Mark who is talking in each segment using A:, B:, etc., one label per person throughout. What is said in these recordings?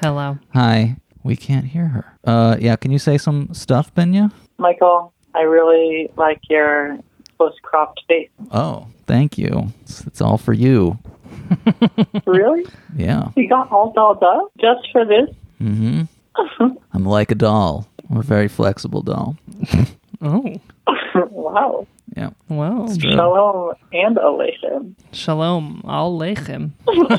A: Hello.
B: Hi. We can't hear her. Uh, yeah, can you say some stuff, Benya?
C: Michael, I really like your close cropped face.
B: Oh, thank you. It's, it's all for you.
C: really?
B: Yeah.
C: You got all dolled up just for this?
B: Mm-hmm. I'm like a doll. I'm a very flexible doll.
A: Oh,
C: wow.
B: Yeah.
A: wow.
B: It's true.
C: Shalom and elation.
A: Shalom Aleichem.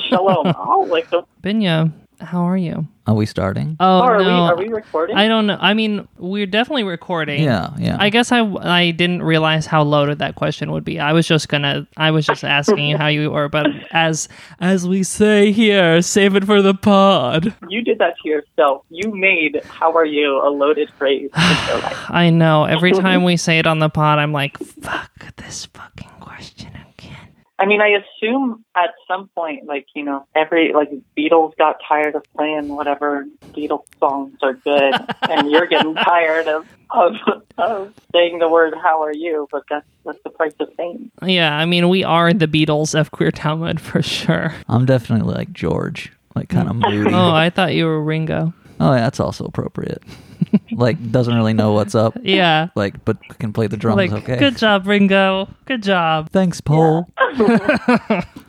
C: Shalom. Oh, I'll lick them.
A: Binya, how are you?
B: Are we starting?
A: Oh,
C: are
A: no.
C: we are we recording?
A: I don't know. I mean, we're definitely recording.
B: Yeah, yeah.
A: I guess I, I didn't realize how loaded that question would be. I was just gonna I was just asking you how you were, but as as we say here, save it for the pod.
C: you did that to yourself. You made how are you a loaded phrase in your life.
A: I know. Every time we say it on the pod, I'm like, fuck this fucking question again.
C: I mean, I assume at some point, like, you know, every, like, Beatles got tired of playing whatever Beatles songs are good, and you're getting tired of, of, of saying the word, how are you? But that's, that's the price of fame.
A: Yeah, I mean, we are the Beatles of queer Talmud for sure.
B: I'm definitely like George, like kind of moody.
A: Oh,
B: Oh,
A: I thought you were Ringo.
B: yeah, that's also appropriate. like doesn't really know what's up.
A: Yeah.
B: Like, but can play the drums.
A: Like,
B: okay.
A: good job, Ringo. Good job.
B: Thanks, Paul.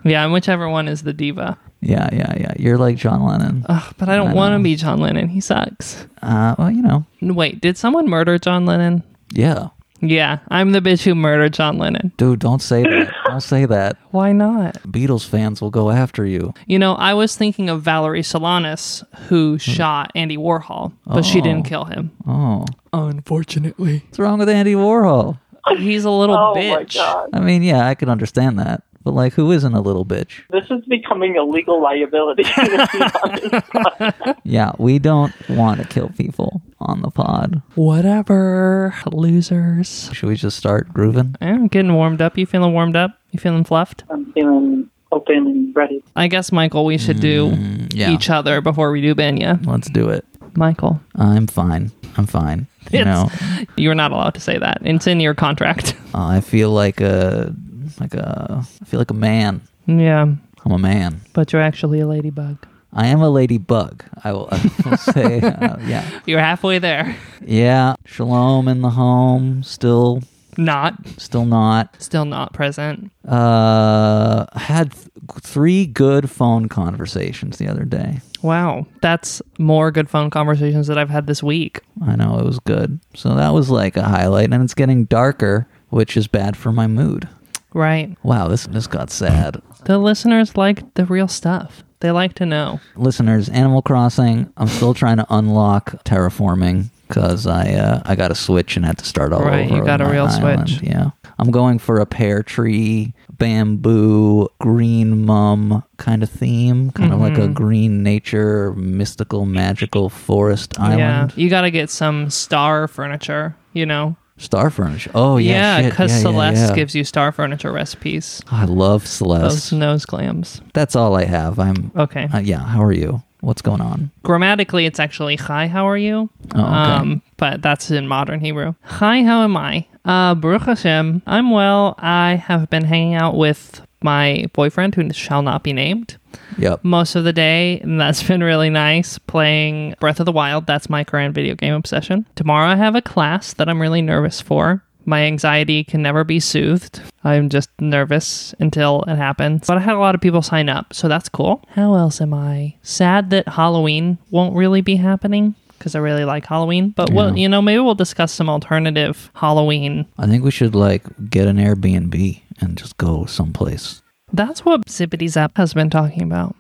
A: Yeah, and whichever one is the diva.
B: Yeah. yeah, yeah, You're like John Lennon.
A: Ugh, but I don't
B: I
A: want to
B: know.
A: be John Lennon. He sucks.
B: Uh, well, you know.
A: Wait, did someone murder John Lennon?
B: Yeah,
A: Yeah, I'm the bitch who murdered John Lennon.
B: dude. Don't say that. don't say that.
A: Why not?
B: Beatles fans will go after you.
A: You know, I was thinking of Valerie Solanas, who shot Andy Warhol, but she didn't kill him.
B: Oh,
A: Unfortunately,
B: what's wrong with Andy Warhol?
A: he's a little
C: Oh my
A: bitch.
C: God.
B: I mean, yeah, I could understand that, but like, who isn't a little bitch?
C: This is becoming a legal liability.
B: Yeah, we don't want to kill people on the pod.
A: Whatever, losers.
B: Should we just start grooving?
A: Yeah, I'm getting warmed up. You feeling warmed up? You feeling fluffed?
C: I'm feeling open and ready.
A: I guess, Michael, we should do
B: yeah.
A: each other before we do Benya.
B: Let's do it.
A: Michael,
B: I'm fine. I'm fine. You
A: It's-
B: know,
A: you're not allowed to say that. It's in your contract.
B: uh, I feel like a like a I feel like a man.
A: yeah,
B: I'm a man.
A: but you're actually a ladybug.
B: I am a ladybug. I will, I will say, uh, yeah,
A: You're halfway there.
B: yeah. Shalom in the home. Still,
A: Not.
B: still not.
A: Still not present.
B: Uh, I had th- three good phone conversations the other day.
A: Wow. That's more good phone conversations that I've had this week.
B: I know it was good. So that was like a highlight, and it's getting darker, which is bad for my mood.
A: Right.
B: Wow, this this got sad.
A: The listeners like the real stuff. They like to know.
B: Listeners, Animal Crossing. I'm still trying to unlock terraforming because I uh, I got a switch and had to start all
A: Right,
B: over.
A: you got
B: on
A: a
B: my
A: real
B: island.
A: Switch.
B: Yeah, I'm going for a pear tree, bamboo, green mum kind of theme, kind of
A: Mm-hmm.
B: like a green nature, mystical, magical forest
A: Yeah.
B: island.
A: You got to get some star furniture, you know?
B: Star furniture. Oh yeah,
A: yeah,
B: shit.
A: because
B: yeah,
A: Celeste
B: yeah.
A: gives you star furniture recipes.
B: I love Celeste.
A: Those nose clams.
B: That's all I have. I'm
A: Okay.
B: uh, yeah. How are you? What's going on?
A: Grammatically, it's actually hi, how are you?
B: Oh, okay.
A: Um, but that's in modern Hebrew. Hi, how am I? Uh, Baruch Hashem, I'm well. I have been hanging out with my boyfriend, who shall not be named,
B: Yep.
A: most of the day, and that's been really nice. Playing Breath of the Wild, that's my current video game obsession. Tomorrow, I have a class that I'm really nervous for. My anxiety can never be soothed. I'm just nervous until it happens. But I had a lot of people sign up, so that's cool. How else am I? Sad that Halloween won't really be happening because I really like Halloween. But we'll, you know, maybe we'll discuss some alternative Halloween.
B: I think we should like get an Airbnb and just go someplace.
A: That's what Zippity Zap has been talking about.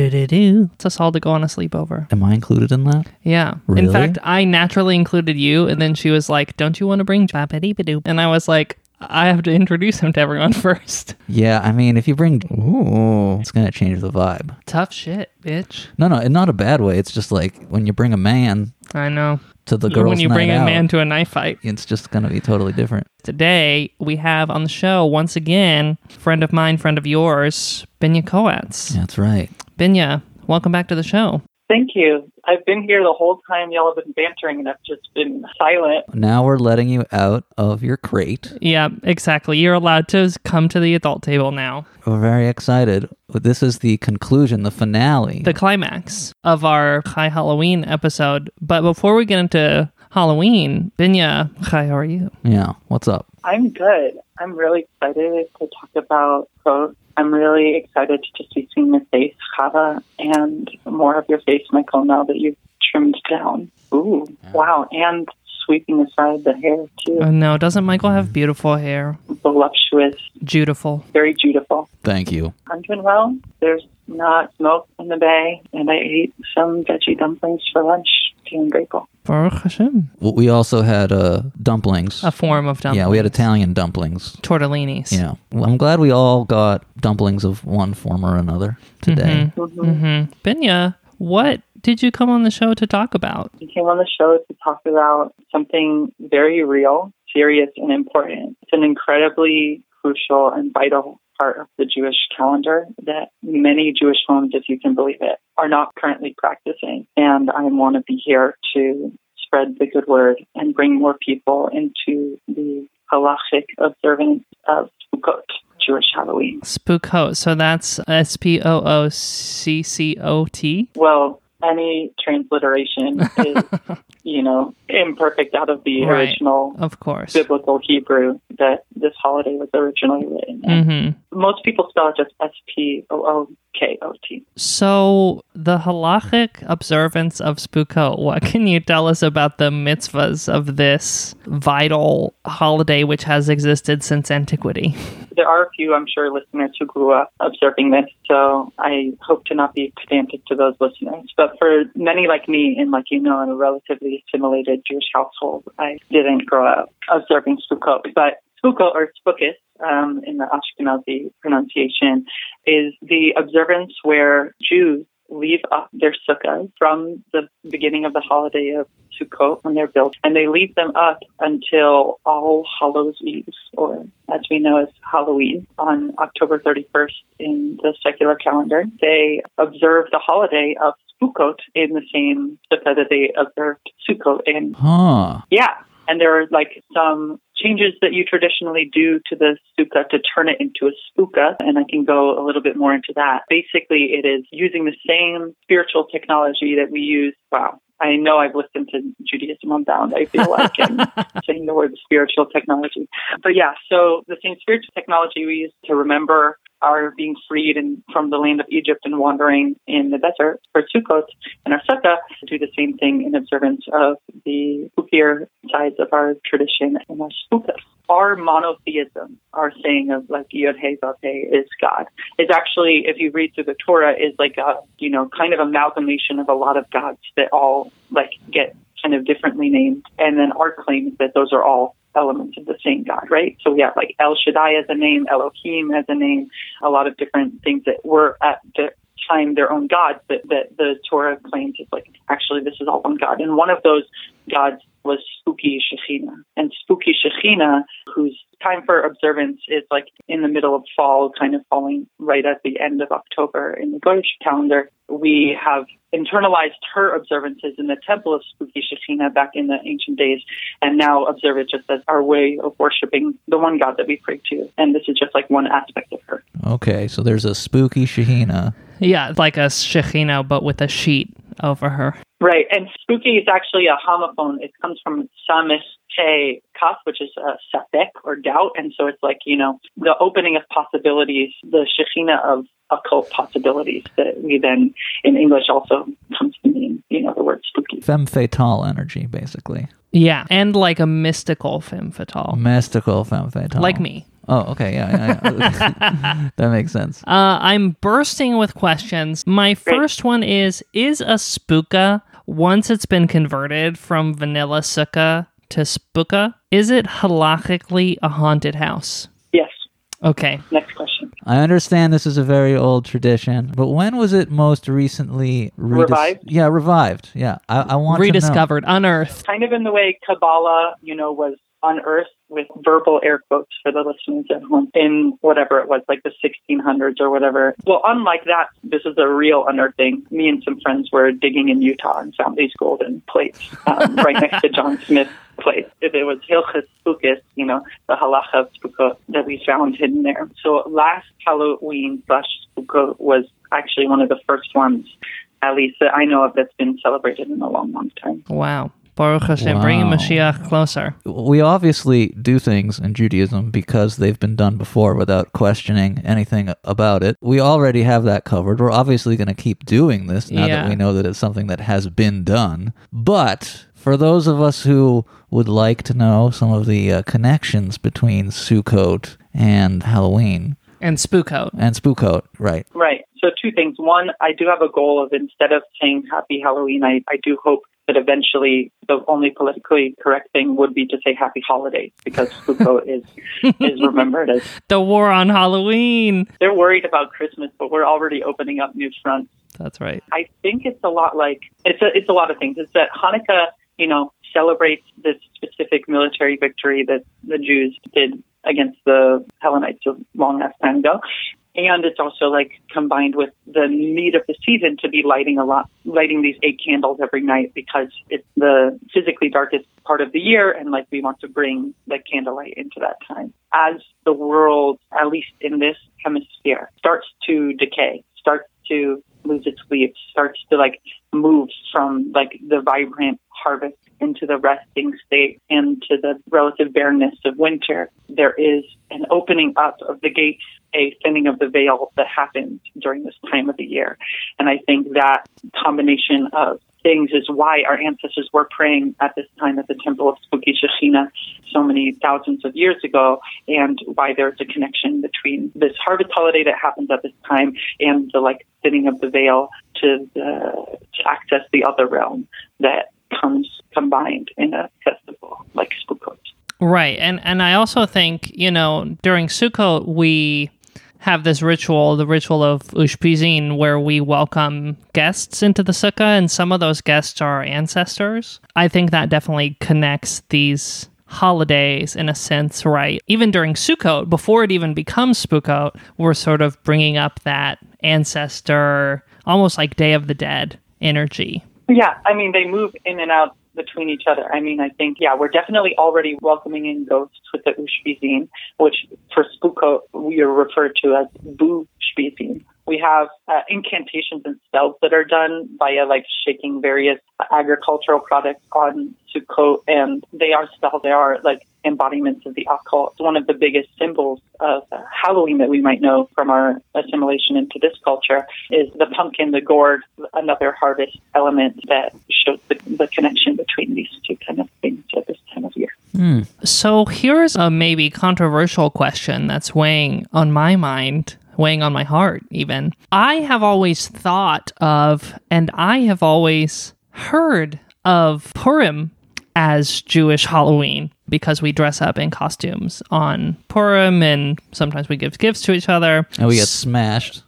A: It's us all to go on a sleepover.
B: Am I included in that?
A: Yeah. In
B: Really?
A: fact, I naturally included you, and then she was like, "Don't you want to bring Jappity Badoo?" And I was like, "I have to introduce him to everyone first.
B: Yeah. I mean, if you bring, ooh, it's gonna change the vibe.
A: Tough shit, bitch.
B: No, no, in not a bad way. It's just like when you bring a man
A: I know.
B: to the girls'
A: when you
B: night
A: bring
B: out,
A: a man to a knife fight.
B: it's just gonna be totally different.
A: Today we have on the show once again friend of mine, friend of yours, Benya Coats.
B: That's right.
A: Benya, welcome back to the show.
C: Thank you. I've been here the whole time y'all have been bantering and I've just been silent.
B: Now we're letting you out of your crate.
A: Yeah, exactly. You're allowed to come to the adult table now.
B: We're very excited. This is the conclusion, the finale.
A: The climax of our High Halloween episode. But before we get into Halloween, Binya, hi, how are you?
B: yeah. What's up?
C: I'm good. I'm really excited to talk about both. I'm really excited to just be seeing your face, Chava, and more of your face, Michael, now that you've trimmed down. Ooh, wow. And sweeping aside the hair, too.
A: Oh, no, doesn't Michael have beautiful hair?
C: Voluptuous,
A: Beautiful.
C: very beautiful.
B: Thank you.
C: I'm doing well. There's not smoke in the bay, and I ate some veggie dumplings for lunch. Feeling grateful.
A: Baruch Hashem.
B: W- We also had uh, dumplings.
A: A form of dumpling.
B: Yeah, we had Italian dumplings.
A: tortellinis.
B: Yeah. Well, I'm glad we all got dumplings of one form or another today.
A: Mm-hmm. Binya, what did you come on the show to talk about?
C: We came on the show to talk about something very real, serious, and important. It's an incredibly crucial and vital part of the Jewish calendar that many Jewish homes, if you can believe it, are not currently practicing. And I want to be here to spread the good word and bring more people into the halachic observance of Sukkot, Jewish Halloween.
A: Spookot. So that's S P O O C C O T.
C: Well, any transliteration is, you know, imperfect out of the
A: Right.
C: original
A: Of course.
C: biblical Hebrew that this holiday was originally written in.
A: Mm-hmm.
C: Most people spell it just S P O O K O T.
A: So the halachic observance of Spookot. What can you tell us about the mitzvahs of this vital holiday, which has existed since antiquity?
C: There are a few, I'm sure, listeners who grew up observing this, so I hope to not be pedantic to those listeners. But for many like me, and like you know, in a relatively assimilated Jewish household, I didn't grow up observing Sukkot. But Sukkot, or Spookus, um, in the Ashkenazi pronunciation, is the observance where Jews leave up their sukkahs from the beginning of the holiday of Sukkot when they're built, and they leave them up until All Hallows Eve, or as we know as Halloween, on October 31st in the secular calendar. They observe the holiday of Sukkot in the same sukkah that they observed Sukkot in
A: Mm-hmm.
B: Huh.
C: yeah. And there are like some changes that you traditionally do to the sukkah to turn it into a spooka. And I can go a little bit more into that. Basically, it is using the same spiritual technology that we use. Wow. I know I've listened to Judaism Unbound, I feel like, and saying the word spiritual technology. But yeah, so the same spiritual technology we use to remember our being freed and from the land of Egypt and wandering in the desert for Sukkot and our sukkah do the same thing in observance of the spookier sides of our tradition and our spookah. Our monotheism, our saying of like Yod He Vav He is God, is actually, if you read through the Torah, is like a you know kind of amalgamation of a lot of gods that all like get kind of differently named, and then our claim is that those are all elements of the same God, right? So we have like El Shaddai as a name, Elohim as a name, a lot of different things that were at the time their own gods that, that the Torah claims is like, actually, this is all one God. And one of those gods was Spooky Shekhinah. And Spooky Shekhinah, whose time for observance is like in the middle of fall, kind of falling right at the end of October in the Goyish calendar, we have internalized her observances in the temple of Spooky Shekhinah back in the ancient days and now observe it just as our way of worshiping the one God that we pray to. And this is just like one aspect of her.
B: Okay, so there's a spooky Shahina.
A: Yeah, like a shechina, but with a sheet over her.
C: Right, and spooky is actually a homophone. It comes from samis te kaf, which is uh, safek or doubt, and so it's like you know the opening of possibilities, the shekhinah of occult possibilities that we then in English also comes to mean you know the word spooky.
B: Femme fatale energy, basically.
A: Yeah, and like a mystical femme fatale,
B: Mystical femme fatale.
A: like me.
B: Oh, okay. Yeah. yeah, yeah. that makes sense.
A: Uh, I'm bursting with questions. My first one is Is a spooka, once it's been converted from vanilla sukkah to spooka, is it halachically a haunted house?
C: Yes.
A: Okay.
C: Next question.
B: I understand this is a very old tradition, but when was it most recently redis-
C: Revived?
B: Yeah, revived. Yeah. I, I want to know.
A: Rediscovered, unearthed.
C: Kind of in the way Kabbalah, you know, was on Earth with verbal air quotes for the listeners at home in whatever it was, like the 1600s or whatever. Well, unlike that, this is a real unearthing. Me and some friends were digging in Utah and found these golden plates um, right next to John Smith's plate. If it was Hilchas Spookus, you know, the halacha of Spookot that we found hidden there. So last Halloween slash Spookot was actually one of the first ones, at least that I know of, that's been celebrated in a long, long time.
A: Wow. Baruch Hashem, bringing
B: Wow.
A: Mashiach closer.
B: we obviously do things in Judaism because they've been done before without questioning anything about it. We already have that covered. We're obviously going to keep doing this now
A: Yeah.
B: that we know that it's something that has been done. But for those of us who would like to know some of the uh, connections between Sukkot and Halloween
A: And spook out.
B: and Spookot, right?
C: Right. So two things. One, I do have a goal of instead of saying Happy Halloween, I, I do hope that eventually the only politically correct thing would be to say Happy Holiday because Foucault is is remembered as
A: The war on Halloween.
C: they're worried about Christmas, but we're already opening up new fronts.
A: That's right.
C: I think it's a lot like it's a it's a lot of things. It's that Hanukkah, you know, celebrates this specific military victory that the Jews did against the Hellenites a long ass time ago. And it's also like combined with the need of the season to be lighting a lot, lighting these eight candles every night because it's the physically darkest part of the year, and like we want to bring the candlelight into that time. As the world, at least in this hemisphere, starts to decay, starts to lose its leaves, starts to like move from like the vibrant harvest into the resting state and to the relative bareness of winter, there is an opening up of the gates, a thinning of the veil that happens during this time of the year. And I think that combination of things is why our ancestors were praying at this time at the temple of Spooky Shekhinah so many thousands of years ago, and why there's a connection between this harvest holiday that happens at this time and the like thinning of the veil to, the, to access the other realm that comes combined in a festival like Spookot.
A: Right. And and I also think, you know, during Sukkot we have this ritual, the ritual of Ushpizin, where we welcome guests into the sukkah, and some of those guests are our ancestors. I think that definitely connects these holidays in a sense, right? Even during Sukkot, before it even becomes Spookot, we're sort of bringing up that ancestor, almost like Day of the Dead energy.
C: Yeah, I mean, they move in and out between each other. I mean, I think, yeah, we're definitely already welcoming in ghosts with the Ushbizin, which for Spooko, we are referred to as Boo Shbizin. We have uh, incantations and spells that are done via like shaking various agricultural products on Sukkot, and they are spells, they are like embodiments of the occult. It's one of the biggest symbols of uh, Halloween that we might know from our assimilation into this culture is the pumpkin, the gourd, another harvest element that shows the, the connection between these two kind of things at this time of year.
A: So here's a maybe controversial question that's weighing on my mind, weighing on my heart, even. I have always thought of, and I have always heard of Purim as Jewish Halloween because we dress up in costumes on Purim and sometimes we give gifts to each other.
B: And we get smashed,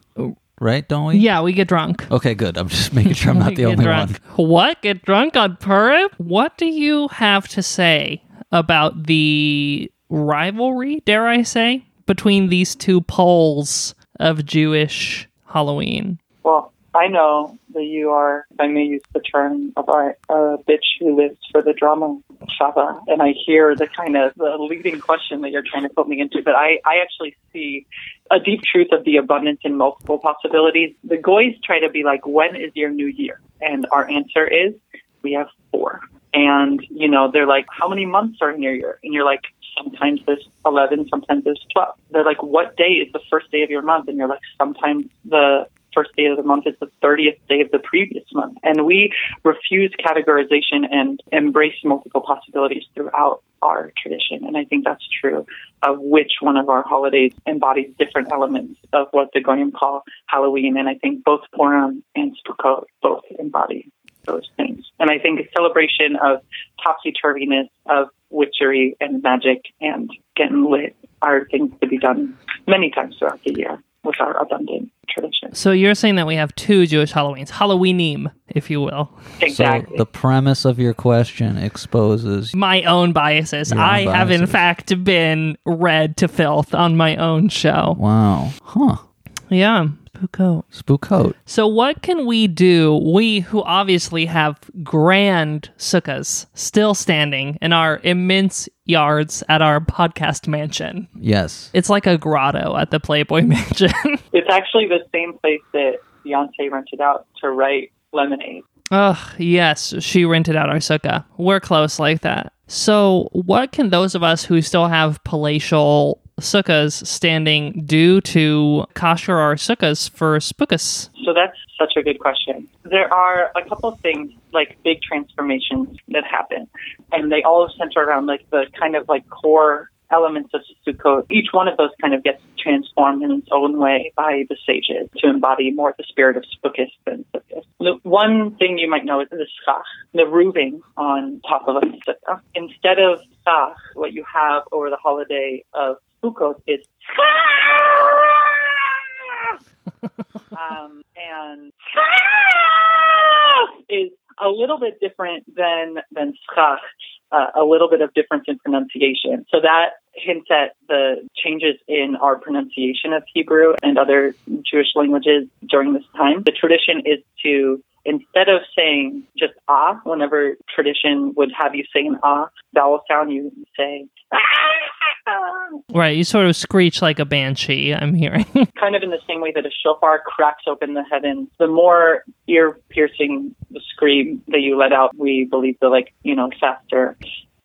B: right? Don't we?
A: Oh. Yeah, we get drunk.
B: Okay, good. I'm just making sure I'm not the
A: Get
B: only one.
A: drunk. What? Get drunk on Purim? What do you have to say about the rivalry, dare I say, between these two poles of Jewish Halloween?
C: Well, I know that you are, if I may use the term of our uh, bitch who lives for the drama, Shava, and I hear the kind of the leading question that you're trying to put me into, but I, I actually see a deep truth of the abundance in multiple possibilities. The goys try to be like, when is your new year? And our answer is, we have four. And, you know, they're like, how many months are in your year? And you're like, sometimes there's 11, sometimes there's 12. They're like, what day is the first day of your month? And you're like, sometimes the first day of the month is the 30th day of the previous month. And we refuse categorization and embrace multiple possibilities throughout our tradition. And I think that's true of which one of our holidays embodies different elements of what the Goyim call Halloween. And I think both Purim and Sukkot both embody those things. And I think a celebration of topsy-turviness, of witchery and magic and getting lit are things to be done many times throughout the year. with our abundant tradition.
A: So you're saying that we have two Jewish Halloweens, Halloweenim, if you will.
C: Exactly.
B: So the premise of your question exposes
A: My own biases.
B: Your own
A: I have, in
B: biases.
A: fact, been read to filth on my own show.
B: Wow. Huh.
A: Yeah. Buko.
B: Spook out.
A: So, what can we do? We who obviously have grand sukkahs still standing in our immense yards at our podcast mansion.
B: Yes.
A: It's like a grotto at the Playboy Mansion.
C: it's actually the same place that Beyonce rented out to write Lemonade.
A: Ugh, yes, she rented out our sukkah. We're close like that. So, what can those of us who still have palatial sukkahs standing do to kosher our sukkahs for spookus?
C: So that's such a good question. There are a couple of things, like big transformations that happen, and they all center around like the kind of like core elements of Sukkot. Each one of those kind of gets transformed in its own way by the sages to embody more the spirit of Spookus than Sukkot. The one thing you might know is the schach, the roofing on top of a Sukkah. Instead of schach, what you have over the holiday of Sukkot is um, and is a little bit different than than schach, uh, a little bit of difference in pronunciation. So that hints at the changes in our pronunciation of Hebrew and other Jewish languages during this time. The tradition is to instead of saying just ah, whenever tradition would have you say an ah vowel sound, you say. ah,
A: Right, you sort of screech like a banshee, I'm hearing.
C: kind of in the same way that a shofar cracks open the heavens, the more ear piercing the scream that you let out, we believe the like, you know, faster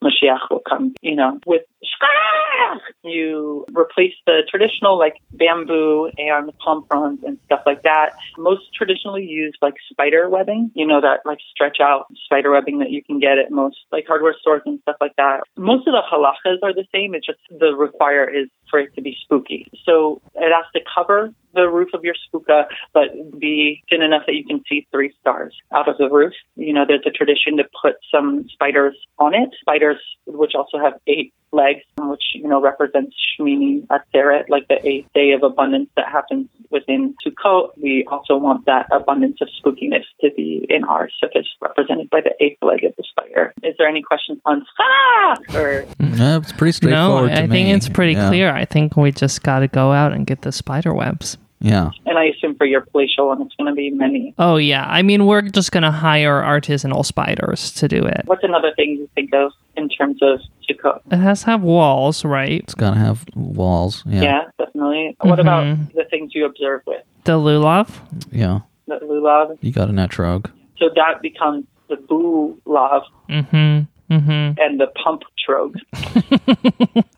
C: Mashiach will come, you know, with shkach, you replace the traditional like bamboo and palm fronds and stuff like that. Most traditionally used like spider webbing, you know, that like stretch out spider webbing that you can get at most like hardware stores and stuff like that. Most of the halachas are the same. It's just the require is for it to be spooky. So it has to cover the roof of your spooka, but be thin enough that you can see three stars out of the roof. You know, there's a tradition to put some spiders on it. Spiders, which also have eight legs, which, you know, represents Shmini Atzeret, like the eighth day of abundance that happens within Sukkot. We also want that abundance of spookiness to be in our sukkahs, represented by the eighth leg of the spider. Is there any questions on Sukkah? Or
B: Yeah, it's pretty
A: no,
B: straightforward to
A: I
B: me.
A: think it's pretty
B: Yeah.
A: clear. I think we just got to go out and get the spider webs.
B: Yeah.
C: and I assume for your palatial one, it's going to be many.
A: Oh, yeah. I mean, we're just going to hire artisanal spiders to do it.
C: What's another thing you think of in terms of Sukkot?
A: It has to have walls, right?
B: It's gotta have walls. Yeah.
C: Yeah, definitely. What about
A: Mm-hmm.
C: the things you observe with
A: The lulav.
B: Yeah.
C: the lulav?
B: You got a netrog.
C: So that becomes the boo lav
A: Mm-hmm. Mm-hmm.
C: and the pump trogue.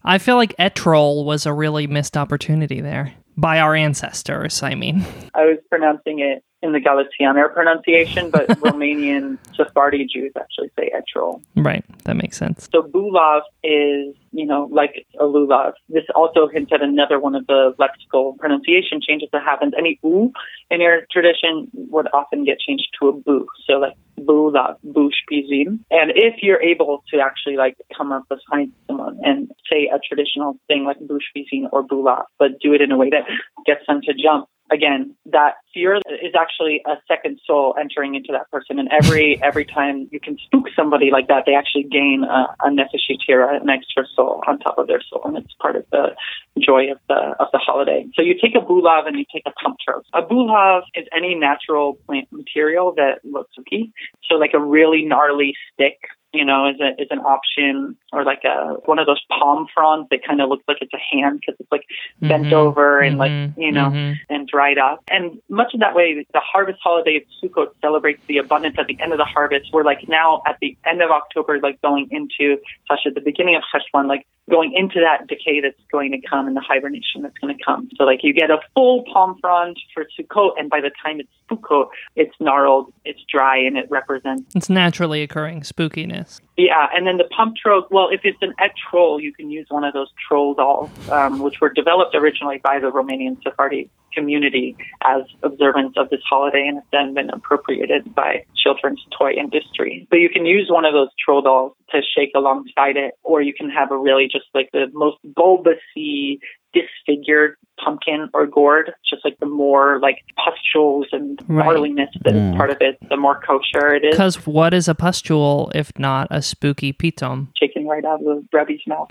A: I feel like Etrol was a really missed opportunity there by our ancestors. I mean,
C: I was pronouncing it in the Galicianer pronunciation, but Romanian Sephardi Jews actually say etrol.
A: right? That makes sense.
C: So bulav is, you know, like a lulav. This also hints at another one of the lexical pronunciation changes that happens. Any oo in your tradition would often get changed to a boo. So like bulav, bush pizim. And if you're able to actually like come up behind someone and say a traditional thing like bush pizim or bulav, but do it in a way that gets them to jump. Again, that fear is actually a second soul entering into that person, and every every time you can spook somebody like that, they actually gain a, a nefesh yetira, an extra soul on top of their soul, and it's part of the joy of the of the holiday. So you take a bulav and you take a pump trope. A bulav is any natural plant material that looks spooky. So like a really gnarly stick, you know, is a, is an option, or like a one of those palm fronds that kind of looks like it's a hand because it's like bent
A: Mhm.
C: over and like
A: Mhm.
C: you know
A: Mhm.
C: and dried up. And much in that way, the harvest holiday of Sukkot celebrates the abundance at the end of the harvest. We're like now at the end of October, like going into, gosh, at the beginning of Cheshvan, like going into that decay that's going to come and the hibernation that's going to come. So like you get a full palm frond for Sukkot, and by the time it's Sukkot, it's gnarled, it's dry, and it represents
A: It's naturally occurring spookiness.
C: yeah, and then the pump troll. Well, if it's an et troll, you can use one of those troll dolls, um, which were developed originally by the Romanian Sephardi community as observance of this holiday and have then been appropriated by children's toy industry. But you can use one of those troll dolls to shake alongside it, or you can have a really just like the most bulbousy disfigured pumpkin or gourd. It's just like the more like pustules and
A: Right.
C: gnarliness that is part of it, the more kosher it is.
A: Because what is a pustule if not a spooky piton?
C: Taken right out of the rebbe's mouth.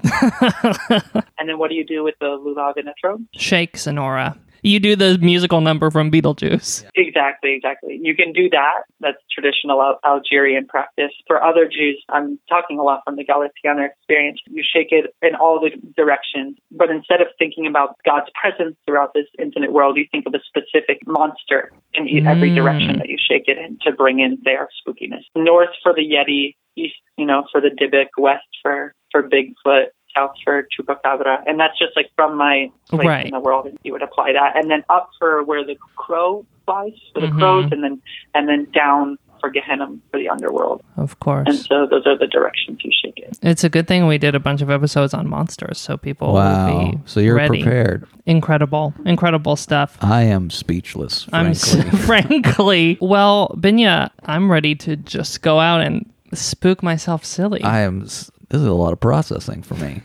C: and then what do you do with the lulav and etrog?
A: Shake Sonora. You do the musical number from Beetlejuice.
C: Exactly, exactly. You can do that. That's traditional Al- Algerian practice. For other Jews, I'm talking a lot from the Galiciana experience. You shake it in all the directions, but instead of thinking about God's presence throughout this infinite world, you think of a specific monster in e- every
A: Mm.
C: direction that you shake it in to bring in their spookiness. North for the Yeti, east, you know, for the Dybbuk, west for for Bigfoot. South for Chupacabra, and that's just like from my place
A: Right.
C: in the world, and you would apply that, and then up for where the crow flies for the
A: Mhm.
C: crows, and then and then down for Gehenna for the underworld.
A: Of
C: And
A: course.
C: so those are the directions you shake it.
A: It's a good thing we did a bunch of episodes on monsters so people will
B: Wow.
A: be
B: So you're
A: ready.
B: prepared.
A: Incredible. Incredible stuff.
B: I am speechless,
A: I'm
B: frankly.
A: frankly. Well, Binya, I'm ready to just go out and spook myself silly.
B: I am. s- This is a lot of processing for me.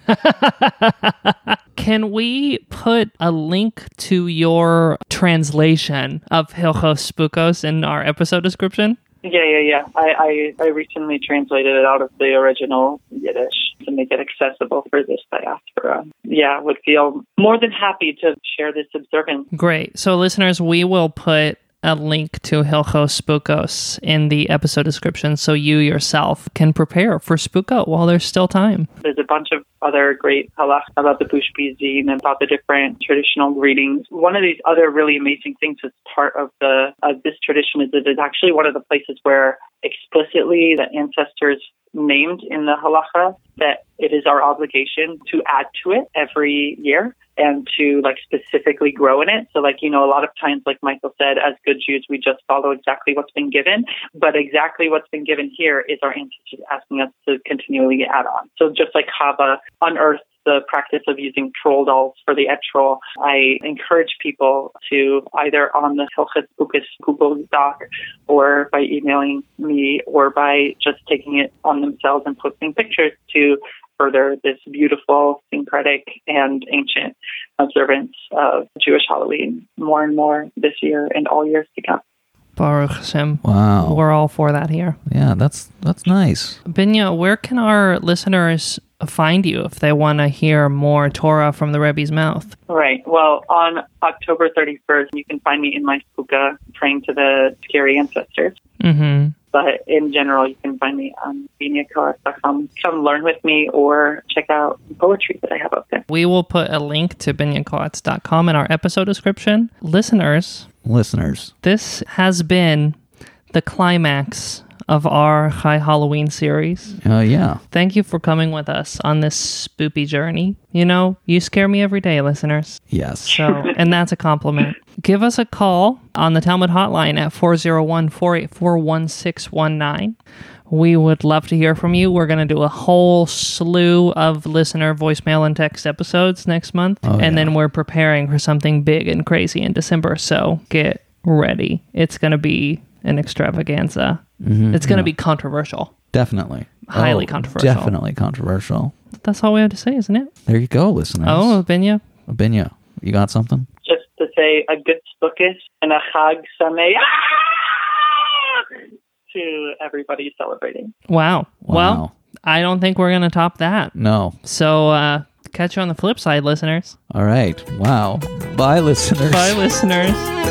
A: Can we put a link to your translation of Hilchos Spookos in our episode description?
C: Yeah, yeah, yeah. I, I, I recently translated it out of the original Yiddish to make it accessible for this diaspora. Yeah, would feel more than happy to share this observance.
A: Great. So, listeners, we will put a link to Hilchos Spookos in the episode description so you yourself can prepare for Spooko while there's still time.
C: There's a bunch of other great halach about the Bushbi zine and about the different traditional greetings. One of these other really amazing things that's part of the of this tradition is that it's actually one of the places where explicitly the ancestors named in the halacha that it is our obligation to add to it every year and to like specifically grow in it. So like, you know, a lot of times, like Michael said, as good Jews, we just follow exactly what's been given, but exactly what's been given here is our ancestors asking us to continually add on. So just like Hava unearthed the practice of using troll dolls for the etrol, I encourage people to either on the Hilchot Bukas Google Doc or by emailing me or by just taking it on themselves and posting pictures to further this beautiful, syncretic, and ancient observance of Jewish Halloween more and more this year and all years to come.
A: Baruch Hashem.
B: Wow.
A: We're all for that here.
B: Yeah, that's that's nice.
A: Binya, where can our listeners find you if they want to hear more Torah from the Rebbe's mouth?
C: Right. Well, on October 31st, you can find me in my puka praying to the scary ancestors.
A: hmm
C: But in general, you can find me on viniacoas.com. Come learn with me or check out poetry that I have up there.
A: We will put a link to binyankotz.com in our episode description. Listeners,
B: Listeners,
A: this has been the climax of our High Halloween series.
B: uh, yeah,
A: Thank you for coming with us on this spoopy journey. You know, you scare me every day, listeners.
B: yes.
A: So, and that's a compliment. Give us a call on the Talmud hotline at 401 484 1619. We would love to hear from you. We're going to do a whole slew of listener voicemail and text episodes next month. and then we're preparing for something big and crazy in December. So get ready. It's going to be an extravaganza. it's going to be controversial.
B: Definitely. Oh,
A: Highly controversial.
B: Definitely controversial.
A: That's all we have to say, isn't it?
B: There you go, listeners.
A: Oh, Binya.
B: Binya, you got something?
C: Just to say a good spookus and a chag sameach to everybody celebrating.
A: Wow.
B: Wow.
A: Well, I don't think we're going to top that.
B: No.
A: So uh, catch you on the flip side, listeners.
B: All right. Wow. Bye, listeners.
A: Bye, listeners.